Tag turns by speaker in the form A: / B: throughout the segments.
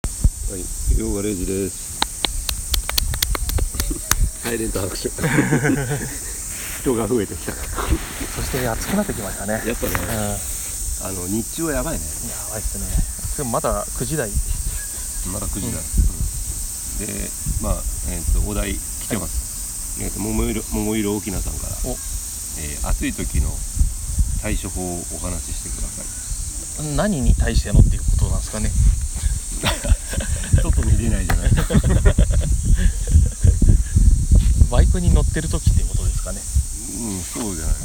A: はい、今日が0時です。 サイレント拍手。 人が増えてきた。
B: そして暑くなってきましたね。
A: やっぱね、
B: うん、やばい
A: あの日中はやばいね。
B: ですね。でもまだ9時台。
A: まだ9時だ。で、まあ、えっ、と、お題来てます。えっ、と、桃色、桃色沖縄さんから。
B: お
A: えー暑い時の対処法をお話ししてください。
B: 何に対してのっていうことなんですかね。
A: 外に出ないじゃない。
B: バイクに乗ってる時っていうことですかね。
A: うん、そうじゃない。
B: ああ、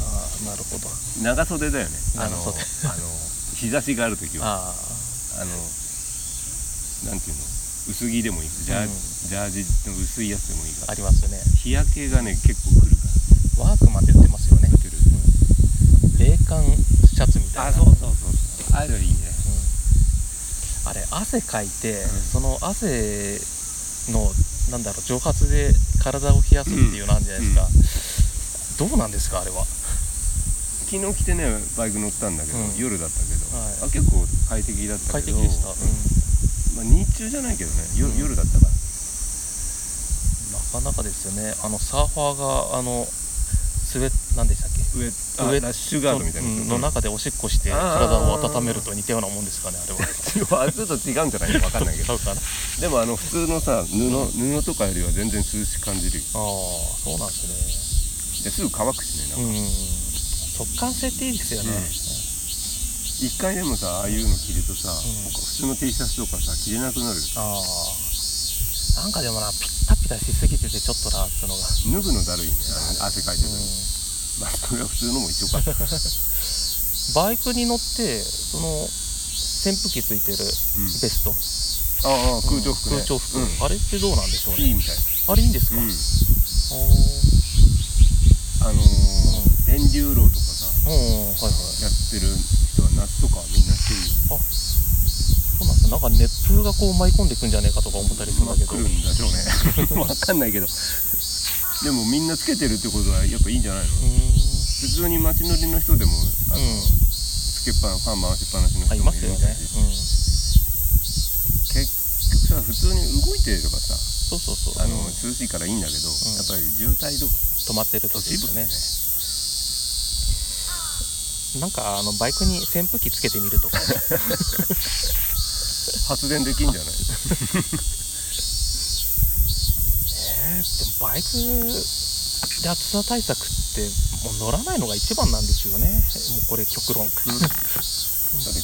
B: なるほど。
A: 長袖だよね。あの、
B: 長袖
A: あの、日差しがある時は。
B: あ
A: あのなんていうの薄着でもいいジャー,、
B: うん
A: ジャージの薄いやつでもいいか
B: あ、あ
A: ら
B: りますよね。
A: 日焼けがね結構くるから
B: ワークマンってやってますよね。
A: 来てる
B: うん冷感シャツみたいな。
A: そうそうそうああいうのいいね
B: うんあれ汗かいて、
A: うん
B: その汗のなんだろう蒸発で体を冷やすっていうのなんじゃないですか、どうなんですかあれは
A: 昨日着てねバイク乗ったんだけど、
B: うん
A: 夜だったけど、
B: はい
A: あ結構快適だった
B: 快
A: けど
B: 適でした、
A: まあ、日中じゃないけどね夜,、
B: うん
A: 夜だったから
B: うんなかなかですよねあのサーファーがあのスウェなんでしたっけ
A: 上
B: ウェ
A: あラッシュガードみたいな
B: うんの中でおしっこして
A: あー
B: 体を温めると似たようなもんですかねあれは
A: はちょっと違うんじゃないわかん ないけ
B: ちゃ
A: ど
B: うかなあ
A: でもあの普通のさ布、布とかよりは全然涼しく感じるよ
B: あそうなんです
A: ですぐ乾くしねなん
B: ね
A: か、
B: うん速乾性っていいですよね、
A: うん一回でもさああいうの着るとさ、
B: ん
A: 普通の T シャツとかさ着れなくなる
B: ああなんかでもなピッタピタしすぎててちょっとなっつうのが、
A: 脱ぐのだるいねあの汗かいてるのに、
B: うん
A: まあそれは普通のも一緒 か
B: バイクに乗ってその扇風機ついてるベスト、
A: ああ空調服ね
B: 空調服、
A: うん
B: あれってどうなんでしょう
A: いい
B: ね
A: みたい
B: あれいいんですか、
A: うん
B: おー
A: あのー、電流炉とかさ
B: うんうんはいはい
A: やってる人は夏とかはみんなしてるよ
B: あそうなんですねなんか熱風がこう舞い込んでくんじゃねえかとか思ったりするん
A: まあ
B: だけ
A: 来
B: ど、
A: るんだろうね わかんないけどでもみんなつけてるってことはやっぱいいんじゃないの
B: うーん
A: 普通に街乗りの人でもあの、
B: うん
A: つけっぱなファン回しっぱなしの
B: あ
A: 人
B: い
A: も
B: ま
A: い
B: す
A: る
B: よ
A: み
B: ね、
A: た
B: う
A: い
B: ん、
A: し
B: そ
A: 結局さ普通に動いてればさ
B: うそうそう
A: あの、
B: うん
A: 涼しいからいいんだけど、
B: ん
A: やっぱり渋滞とか
B: 止まってる
A: 都
B: 時
A: 市
B: です
A: 部
B: よ
A: ね
B: ねなんかあのバイクに扇風機つけてみる とか
A: 発電できんじゃない
B: えー、でもバイクで暑さ対策ってもう乗らないのが一番なんですよねもうこれ極論うん
A: だって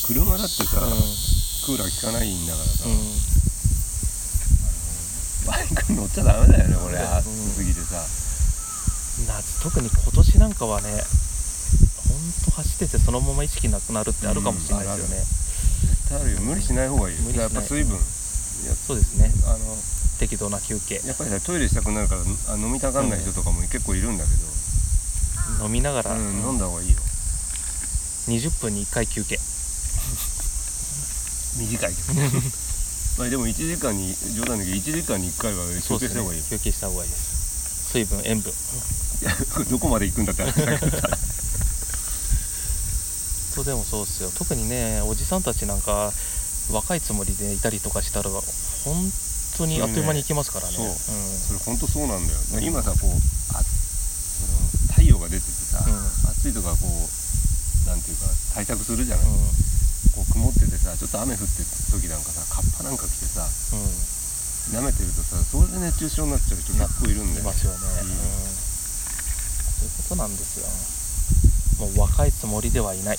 A: 車だってさ、クーラー効かないんだからさ、
B: うん
A: バイク乗っちゃダメだよねこれ
B: うん
A: 暑すぎてさ、
B: 夏特に今年なんかはねほんと走っててそのまま意識なくなるってあるかもしれないですよね、
A: 絶対あるよ無理しない方がいいよ
B: 無理しな
A: や
B: い
A: っぱ水分や
B: そうですね
A: あの
B: 適度な休憩
A: やっぱりさトイレしたくなるからあ飲みたがんない人とかも結構いるんだけど、
B: 飲みながら、
A: うん飲んだ方がいいよ
B: 20分に1回休憩
A: 短いけど まあでも1時間に冗談だけど1時間に1回は
B: そ
A: 休
B: う
A: 憩し
B: で
A: た
B: すね
A: 方がいいよ
B: 休憩した方がいいです水分塩分
A: どこまで行くんだって話だけど さ
B: とでもそうですよ特にねおじさんたちなんか若いつもりでいたりとかしたら本当にあっという間に行きますからね
A: そうね
B: ん
A: それ本当そうなんだよ、
B: うん
A: 今さこうあその太陽が出ててさ、
B: うん
A: 暑いとかこうなんていうか対策するじゃない、
B: うん
A: こう曇っててさちょっと雨降ってる時なんかさカッパなんか着てさ
B: う
A: 舐めてるとさそれで熱中症になっちゃう人結構いるんだ
B: んい
A: よ
B: ますよね、
A: うん
B: うんそういうことなんですよもう若いつもりではいな
A: う
B: い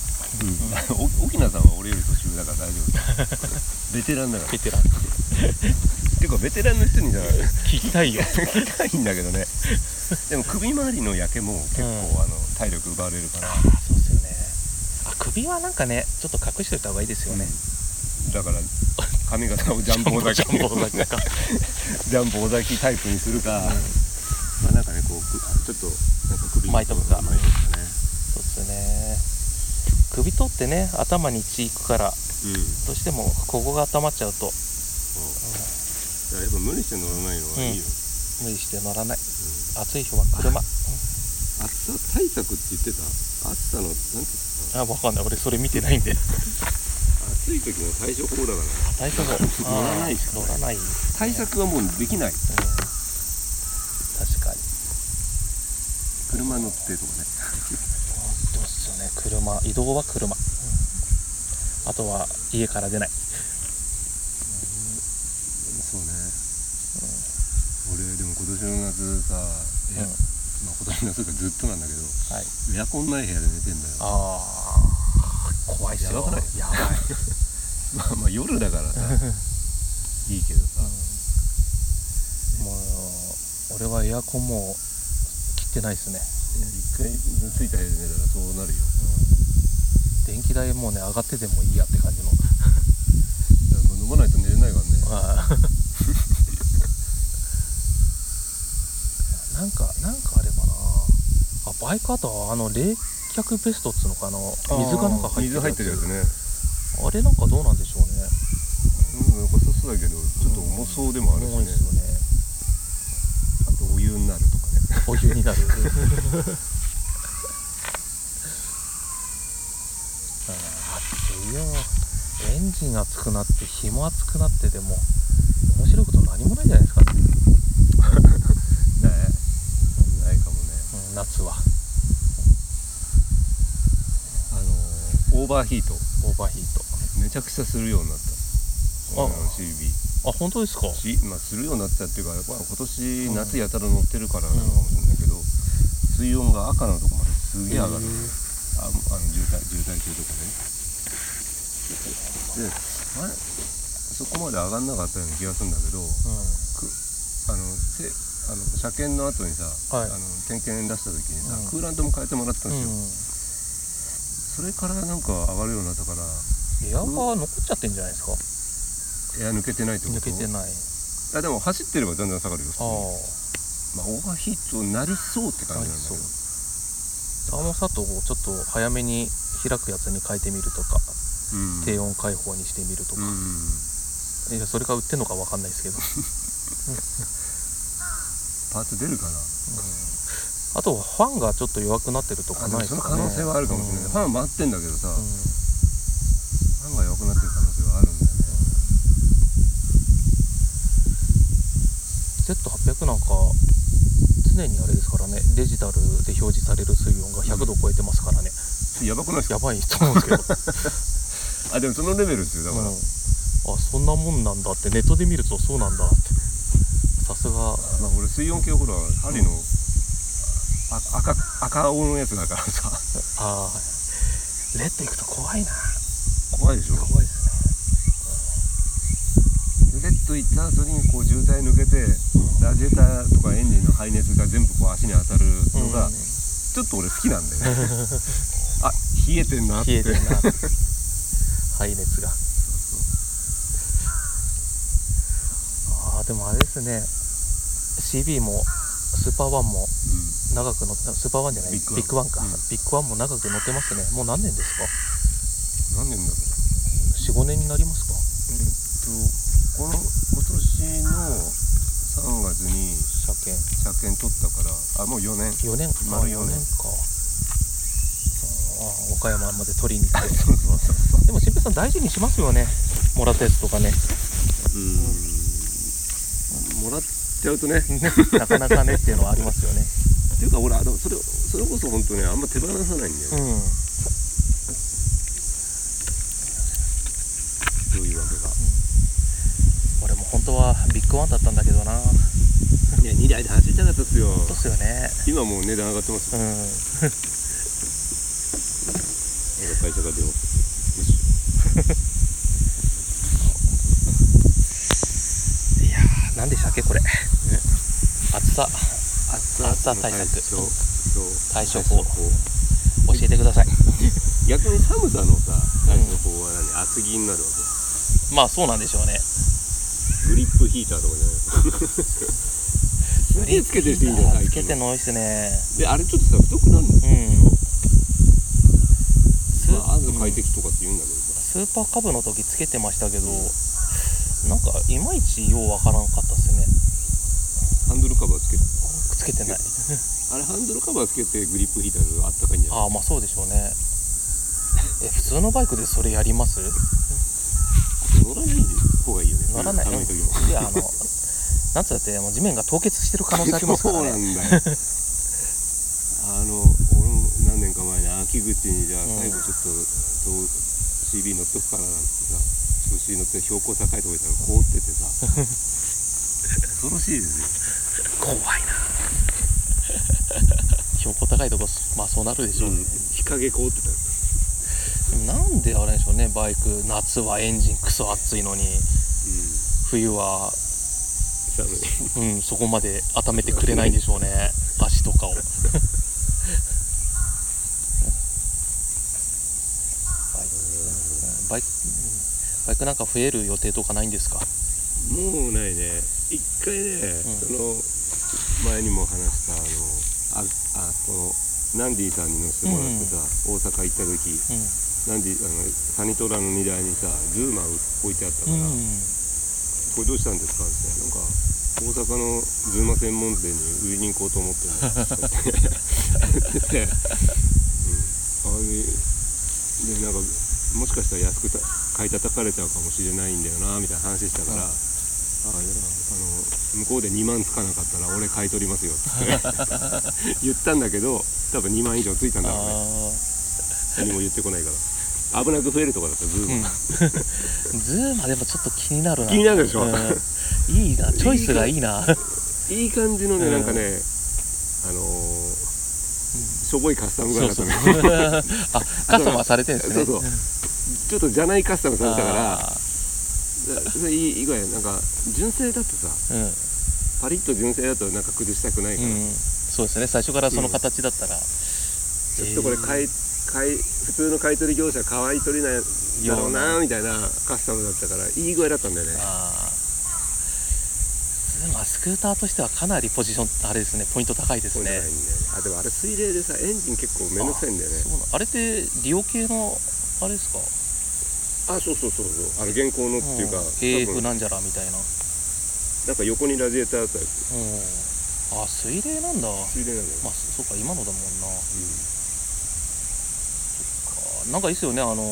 A: ん お沖縄さんは俺より年上だから大丈夫ベテランだから
B: ベ テラン
A: っていうかベテランの人にじゃ
B: 聞きたいよ
A: 聞きたいんだけどねでも首周りの焼けも結構、
B: うん
A: あの体力奪われるから
B: ああそうですよねあ首はなんかねちょっと隠しといた方がいいですよね、
A: だから髪型をジャンボ尾
B: ジ
A: 崎
B: ャンボ尾崎か
A: ジャンボ尾崎タイプにするか、
B: うん
A: まあなんかねこうくちょっとなんか首
B: 巻いとくか
A: 巻いとくかね
B: そうですね首取ってね頭に血いくか
A: う
B: ら
A: ん
B: どうしてもここが温まっちゃう
A: そ
B: と、
A: うだからやっぱ無理して乗らないのはいいよ、
B: 無理して乗らない
A: うん
B: 暑い日は車、
A: 暑さ対策って言ってた暑さのなんて言ってた
B: あ分かんない俺それ見てないんで
A: 暑暑い時の対処法だから
B: 対処法
A: 乗らないしか
B: あ
A: な
B: ー
A: い
B: 乗らないですね
A: 対策はもうできない
B: うん確かに
A: 車乗ってとかね
B: どうっすよね車移動は車、あとは家から出ない、
A: そうね
B: うん
A: 俺でも今年の夏さ、いや
B: うん
A: まあ、今年の夏がずっとなんだけど
B: はい
A: エアコンない部屋で寝てんだよ
B: ああ怖いっすよ
A: やばくない
B: やばい、
A: まあまあ夜だからさ いいけどさ
B: もう俺はエアコンも切ってないっすね、
A: いや一回ついた部屋で寝たらそうなるよ
B: 電気代もうね上がっててもいいやって感じの
A: だから飲まないと寝れないからね
B: はいなんかなんかあればなあバイクあとはあの冷却ベストっつうのかな 水がなんか入って
A: 水入ってるやつね
B: あれなんかどうなんでしょうね
A: うん良さそうだけどちょっと重そうでもあるし
B: 重い
A: ね
B: で、すよね
A: あとお湯になるとかね
B: お湯になるあー暑いよエンジン熱くなって日も熱くなってでも面白いこと何もないんじゃないです か、
A: ないないかもね
B: うん、夏は
A: あのオーバーヒート
B: オーバーヒート
A: めちゃくちゃするようになった
B: あ
A: あの CB
B: あ本当ですか
A: し、まあ、するようになったっていうか、まあ、今年夏やたら乗ってるからなのかもしれないけど、水温が赤のとこまですげえ上がる、
B: へえ
A: ああの渋滞渋滞中とかねであれそこまで上がんなかったような気がするんだけど
B: うん
A: くあのせあの車検の後にさ、あ
B: はい
A: の点検出した時にさ、
B: うん
A: クーラントも変えてもらってたんですよ、それ
B: う
A: からなんか上がるようになったから
B: ん、エアが残っちゃってんじゃないですか
A: エア抜けてないってこと
B: 抜けてない
A: あでも走ってればだんだん下がるよ普
B: あ
A: 通に
B: あ
A: まあ、オーバーヒートになりそうって感じなんだけど
B: サーモサットをちょっと早めに開くやつに変えてみるとか、
A: うん
B: 低温開放にしてみるとか、
A: うん
B: いやそれが売ってんのかわかんないですけど、
A: パーツ出るかな
B: あとファンがちょっと弱くなってるとか
A: あで
B: ない
A: も
B: です
A: そ
B: かね
A: の可能性はあるかもしれない、ファン回ってんだけどさ、
B: うんうん
A: ファンが弱くなってる可能性はあるんだよね
B: Z800 なんか常にあれですからねデジタルで表示される水温が100度超えてますからね、
A: やばくないですか
B: やばいと思うんです
A: あ
B: けど
A: でもそのレベルですよだから、
B: うん、あそんなもんなんだってネットで見るとそうなんだってさすが
A: まあ、俺水温計ほら針の、あ赤赤青のやつだからさ
B: あーレッド行くと怖いな
A: 怖いでしょ
B: 怖いです
A: レッド行った後にこう渋滞抜けてラジエーターとかエンジンの排熱が全部こう足に当たる
B: ね
A: の が、ちょっと俺好きなんだよねあ冷えてんなって
B: 冷えてるな排熱がああでもあれですね CB もスーパーワン
A: うん
B: も長く乗ってスーパーワンじゃないビ
A: ビッグワン
B: ッグワ
A: う
B: ンか、
A: ん
B: ビッグワンも長く乗ってますねもう何年ですか
A: 何年だろう
B: 45年になりますか
A: えっとこの今年の3月に
B: 車検
A: 車検取ったからあもう4年
B: 4年あ
A: 丸四年
B: 四かあー岡山まで取りに行って
A: そうそうそうそう
B: でも新平さん大事にしますよねもらったやつとかね
A: うんもらっちゃうとね
B: なかなかねっていうのはありますよ
A: っ
B: ね
A: ていうか俺あのそれそれこそ本当ねあんま手放さないんだよね、
B: うん
A: どういうわけか
B: 俺も本当はビッグワンだったんだけどな本
A: いや2台で走りたかったっすよ
B: 当っすよね
A: 今もう値段上がってますよ
B: うん
A: 俺の会社が出ます
B: いやー何でしたっけこれ暑さ
A: 暑
B: 暑さ対策
A: 対
B: 対処
A: 処
B: 法
A: 法
B: 教えてください
A: 逆に寒さのさ対処法は何、厚着になるわけ
B: まあそうなんでしょうね
A: グリップヒーターとかじゃない すげえつけてる人いいんじゃ
B: あ
A: な
B: ー
A: い
B: つけてんの多いっすね
A: であれちょっとさ太くなるんだよ、
B: うんス
A: まあ、あず
B: うん
A: 快適とかって言うんだけどさ、
B: スーパーカブの時つけてましたけどなんかいまいちようわからんかったっすね
A: ハンドルカバーつけて
B: つけてない
A: あれハンドルカバーつけてグリップヒーターがあったかいんじゃない
B: ああまあそうでしょうねえ普通のバイクでそれやりますらない
A: 寒い時も
B: うんであの夏だってもう地面が凍結してる可能性ありますから
A: そうな
B: ね
A: んだよ あの俺も何年か前に秋口にじゃあ
B: うん
A: 最後ちょっと、どう CB 乗っとくからなんてさ調子に乗って標高高いとこ行ったら凍っててさ 恐ろしいですよ
B: 怖いな 標高高いとこまあそうなるでしょうね、
A: 日陰凍ってたよ
B: でもなんであれでしょうねバイク夏はエンジンクソ暑いのに
A: うん
B: 冬は、
A: 寒い
B: うん、そこまで温めてくれないんでしょうね足とかを バイクバイクうんバイクなんか増える予定とかないんですか
A: もうないね一回ね、
B: う
A: その前にも話したあのああとナンディさんに乗せてもらってさ、大阪行った時
B: うん
A: ナンディあのサニトラの荷台にさズーマ置いてあったから、これどうしたんですかって言ったらなんか大阪のズーマ専門店に売りに行こうと思ってるんだっ て言って、うん、あれでなんかもしかしたら安くた買い叩かれちゃうかもしれないんだよなみたいな話したから、
B: うん
A: ああいやあの向こうで2万つかなかったら俺買い取りますよって 言ったんだけど多分2万以上ついたんだろうね
B: あ
A: 何も言ってこないから危なく増えるとかだったらズーム、
B: ーズームでもちょっと気になるな
A: 気になるでしょ
B: うんい いなチョイスがいいない
A: い感じのね、
B: うん
A: なんかねあのー、しょぼいカスタムが
B: そ
A: な
B: う
A: かった
B: そう
A: ね
B: あカスタマーされてるんですね
A: そうそう ちょっとじゃないカスタムされたから
B: あ
A: だそれいい以外なんか純正だとさ
B: ーうん
A: パリッと純正だとなんか崩したくないから、
B: うん、そうですね最初からその形だったら、
A: ちょっとこれ買い買い普通の買い取り業者買い取りないだろうなみたいなカスタムだったからいい具合だったんだよね
B: あーまあスクーターとしてはかなりポジションあれですねポイント高いです
A: そうじゃない
B: ね
A: んだよねあでもあれ水冷でさエンジン結構めんどくさいんだよね
B: そうなあれって利用系のあれですか
A: あそうそうそうそうあの現行のっていうか、
B: ん
A: 多分
B: AF なんじゃらみたいな、うん、
A: なんか横にラジエーターあったやつ
B: あ水冷なんだ
A: 水冷なのよ、
B: まあそそうか今のだもんな
A: う
B: かなんかいいっすよねあの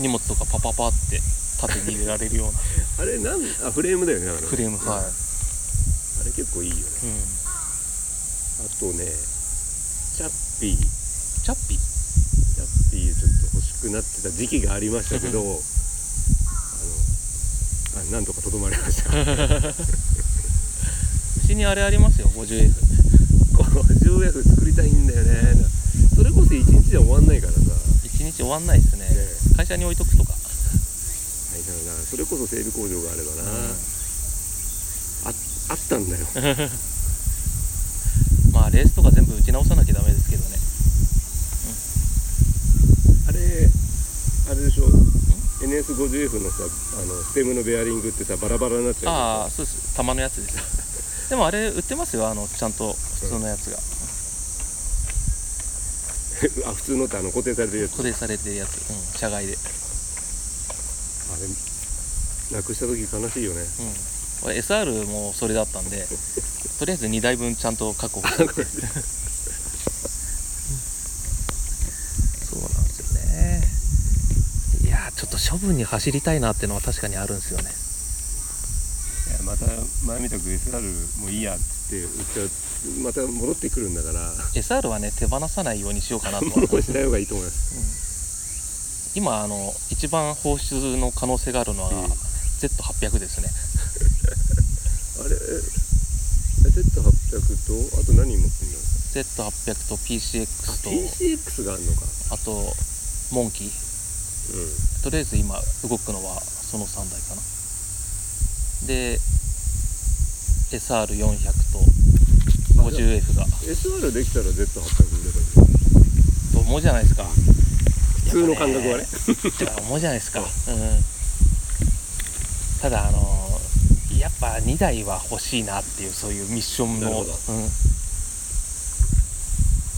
B: 荷物とかパパパって縦に入れられるような
A: んあれ なんあフレームだよねあれ
B: フレームはい、
A: あれ結構いいよね
B: うん、
A: あとねチャッピーチ
B: チャッピ
A: ャッピーちょっと欲しくなってた時期がありましたけ どあのあなんとかとどまりました
B: うちにあれありますよ 50F
A: 50 f 作りたいんだよねそれこそ1日じゃ終わんないからさ
B: 一日終わんないですね
A: え
B: 会社に置いとくとか、
A: はいだからそれこそ整備工場があればな、
B: う
A: ああったんだよ
B: んまあレースとか全部打ち直さなきゃダメですけどね
A: あれあれでしょ NS50F のさあのステムのベアリングってさバラバラになっちゃう
B: あ あそうです玉のやつです でもあれ売ってますよあのちゃんと普通のやつが
A: あ普通のってあの固定されてるやつ
B: 固定されてるやつ、うん、社外で、うん、
A: あれなくした時悲しいよね
B: 俺 SR もそれだったんでとりあえず2台分ちゃん と確保しててそうなんですよねいやーちょっと処分に走りたいなっていうのは確かにあるんですよね
A: いやまた前みたく SR もういいやっつって売っちゃうまた戻ってくるんだから
B: SR はね手放さないようにしようかなとは
A: もうしない方がいいと思います
B: 今あの一番放出の可能性があるのは、
A: うん
B: Z800 ですね
A: あれ Z800 とあと何持ってんだ
B: Z800 と PCX と
A: PCX があるのか
B: あとモンキー
A: う
B: とりあえず今動くのはその3台かなで SR400 と
A: ん
B: 50F が
A: SR できたら Z800 売ればいい
B: と思うじゃないですか
A: 普通の感覚はね
B: とか思うじゃないですか、うん、ただあのやっぱ2台は欲しいなっていうそういうミッション
A: なる
B: の、
A: ほ
B: うん
A: ど、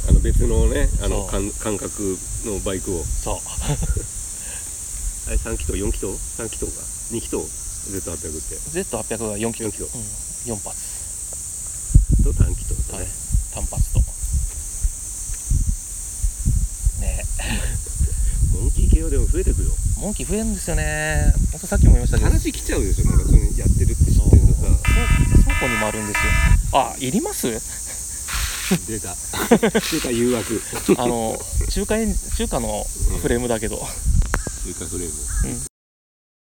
A: あの別のねあの
B: そう
A: 感感覚のバイクを
B: そう
A: あれ3気筒4気筒3気筒か2気筒 Z800 って
B: Z800 が4キロ
A: 4キロ
B: うん、4発、
A: と短気筒と
B: はい
A: ね、
B: 単発とね
A: もモンキー系はでも増えてくよ
B: モンキー増えるんですよねほんとさっきも言いましたけど
A: 話来ちゃうでしょなんかそれやってるって知
B: そう
A: ってるとさ
B: そう倉庫にもあるんですよあいります
A: 出た出た誘惑
B: あの中華エン中華のフレームだけど
A: 中華フレーム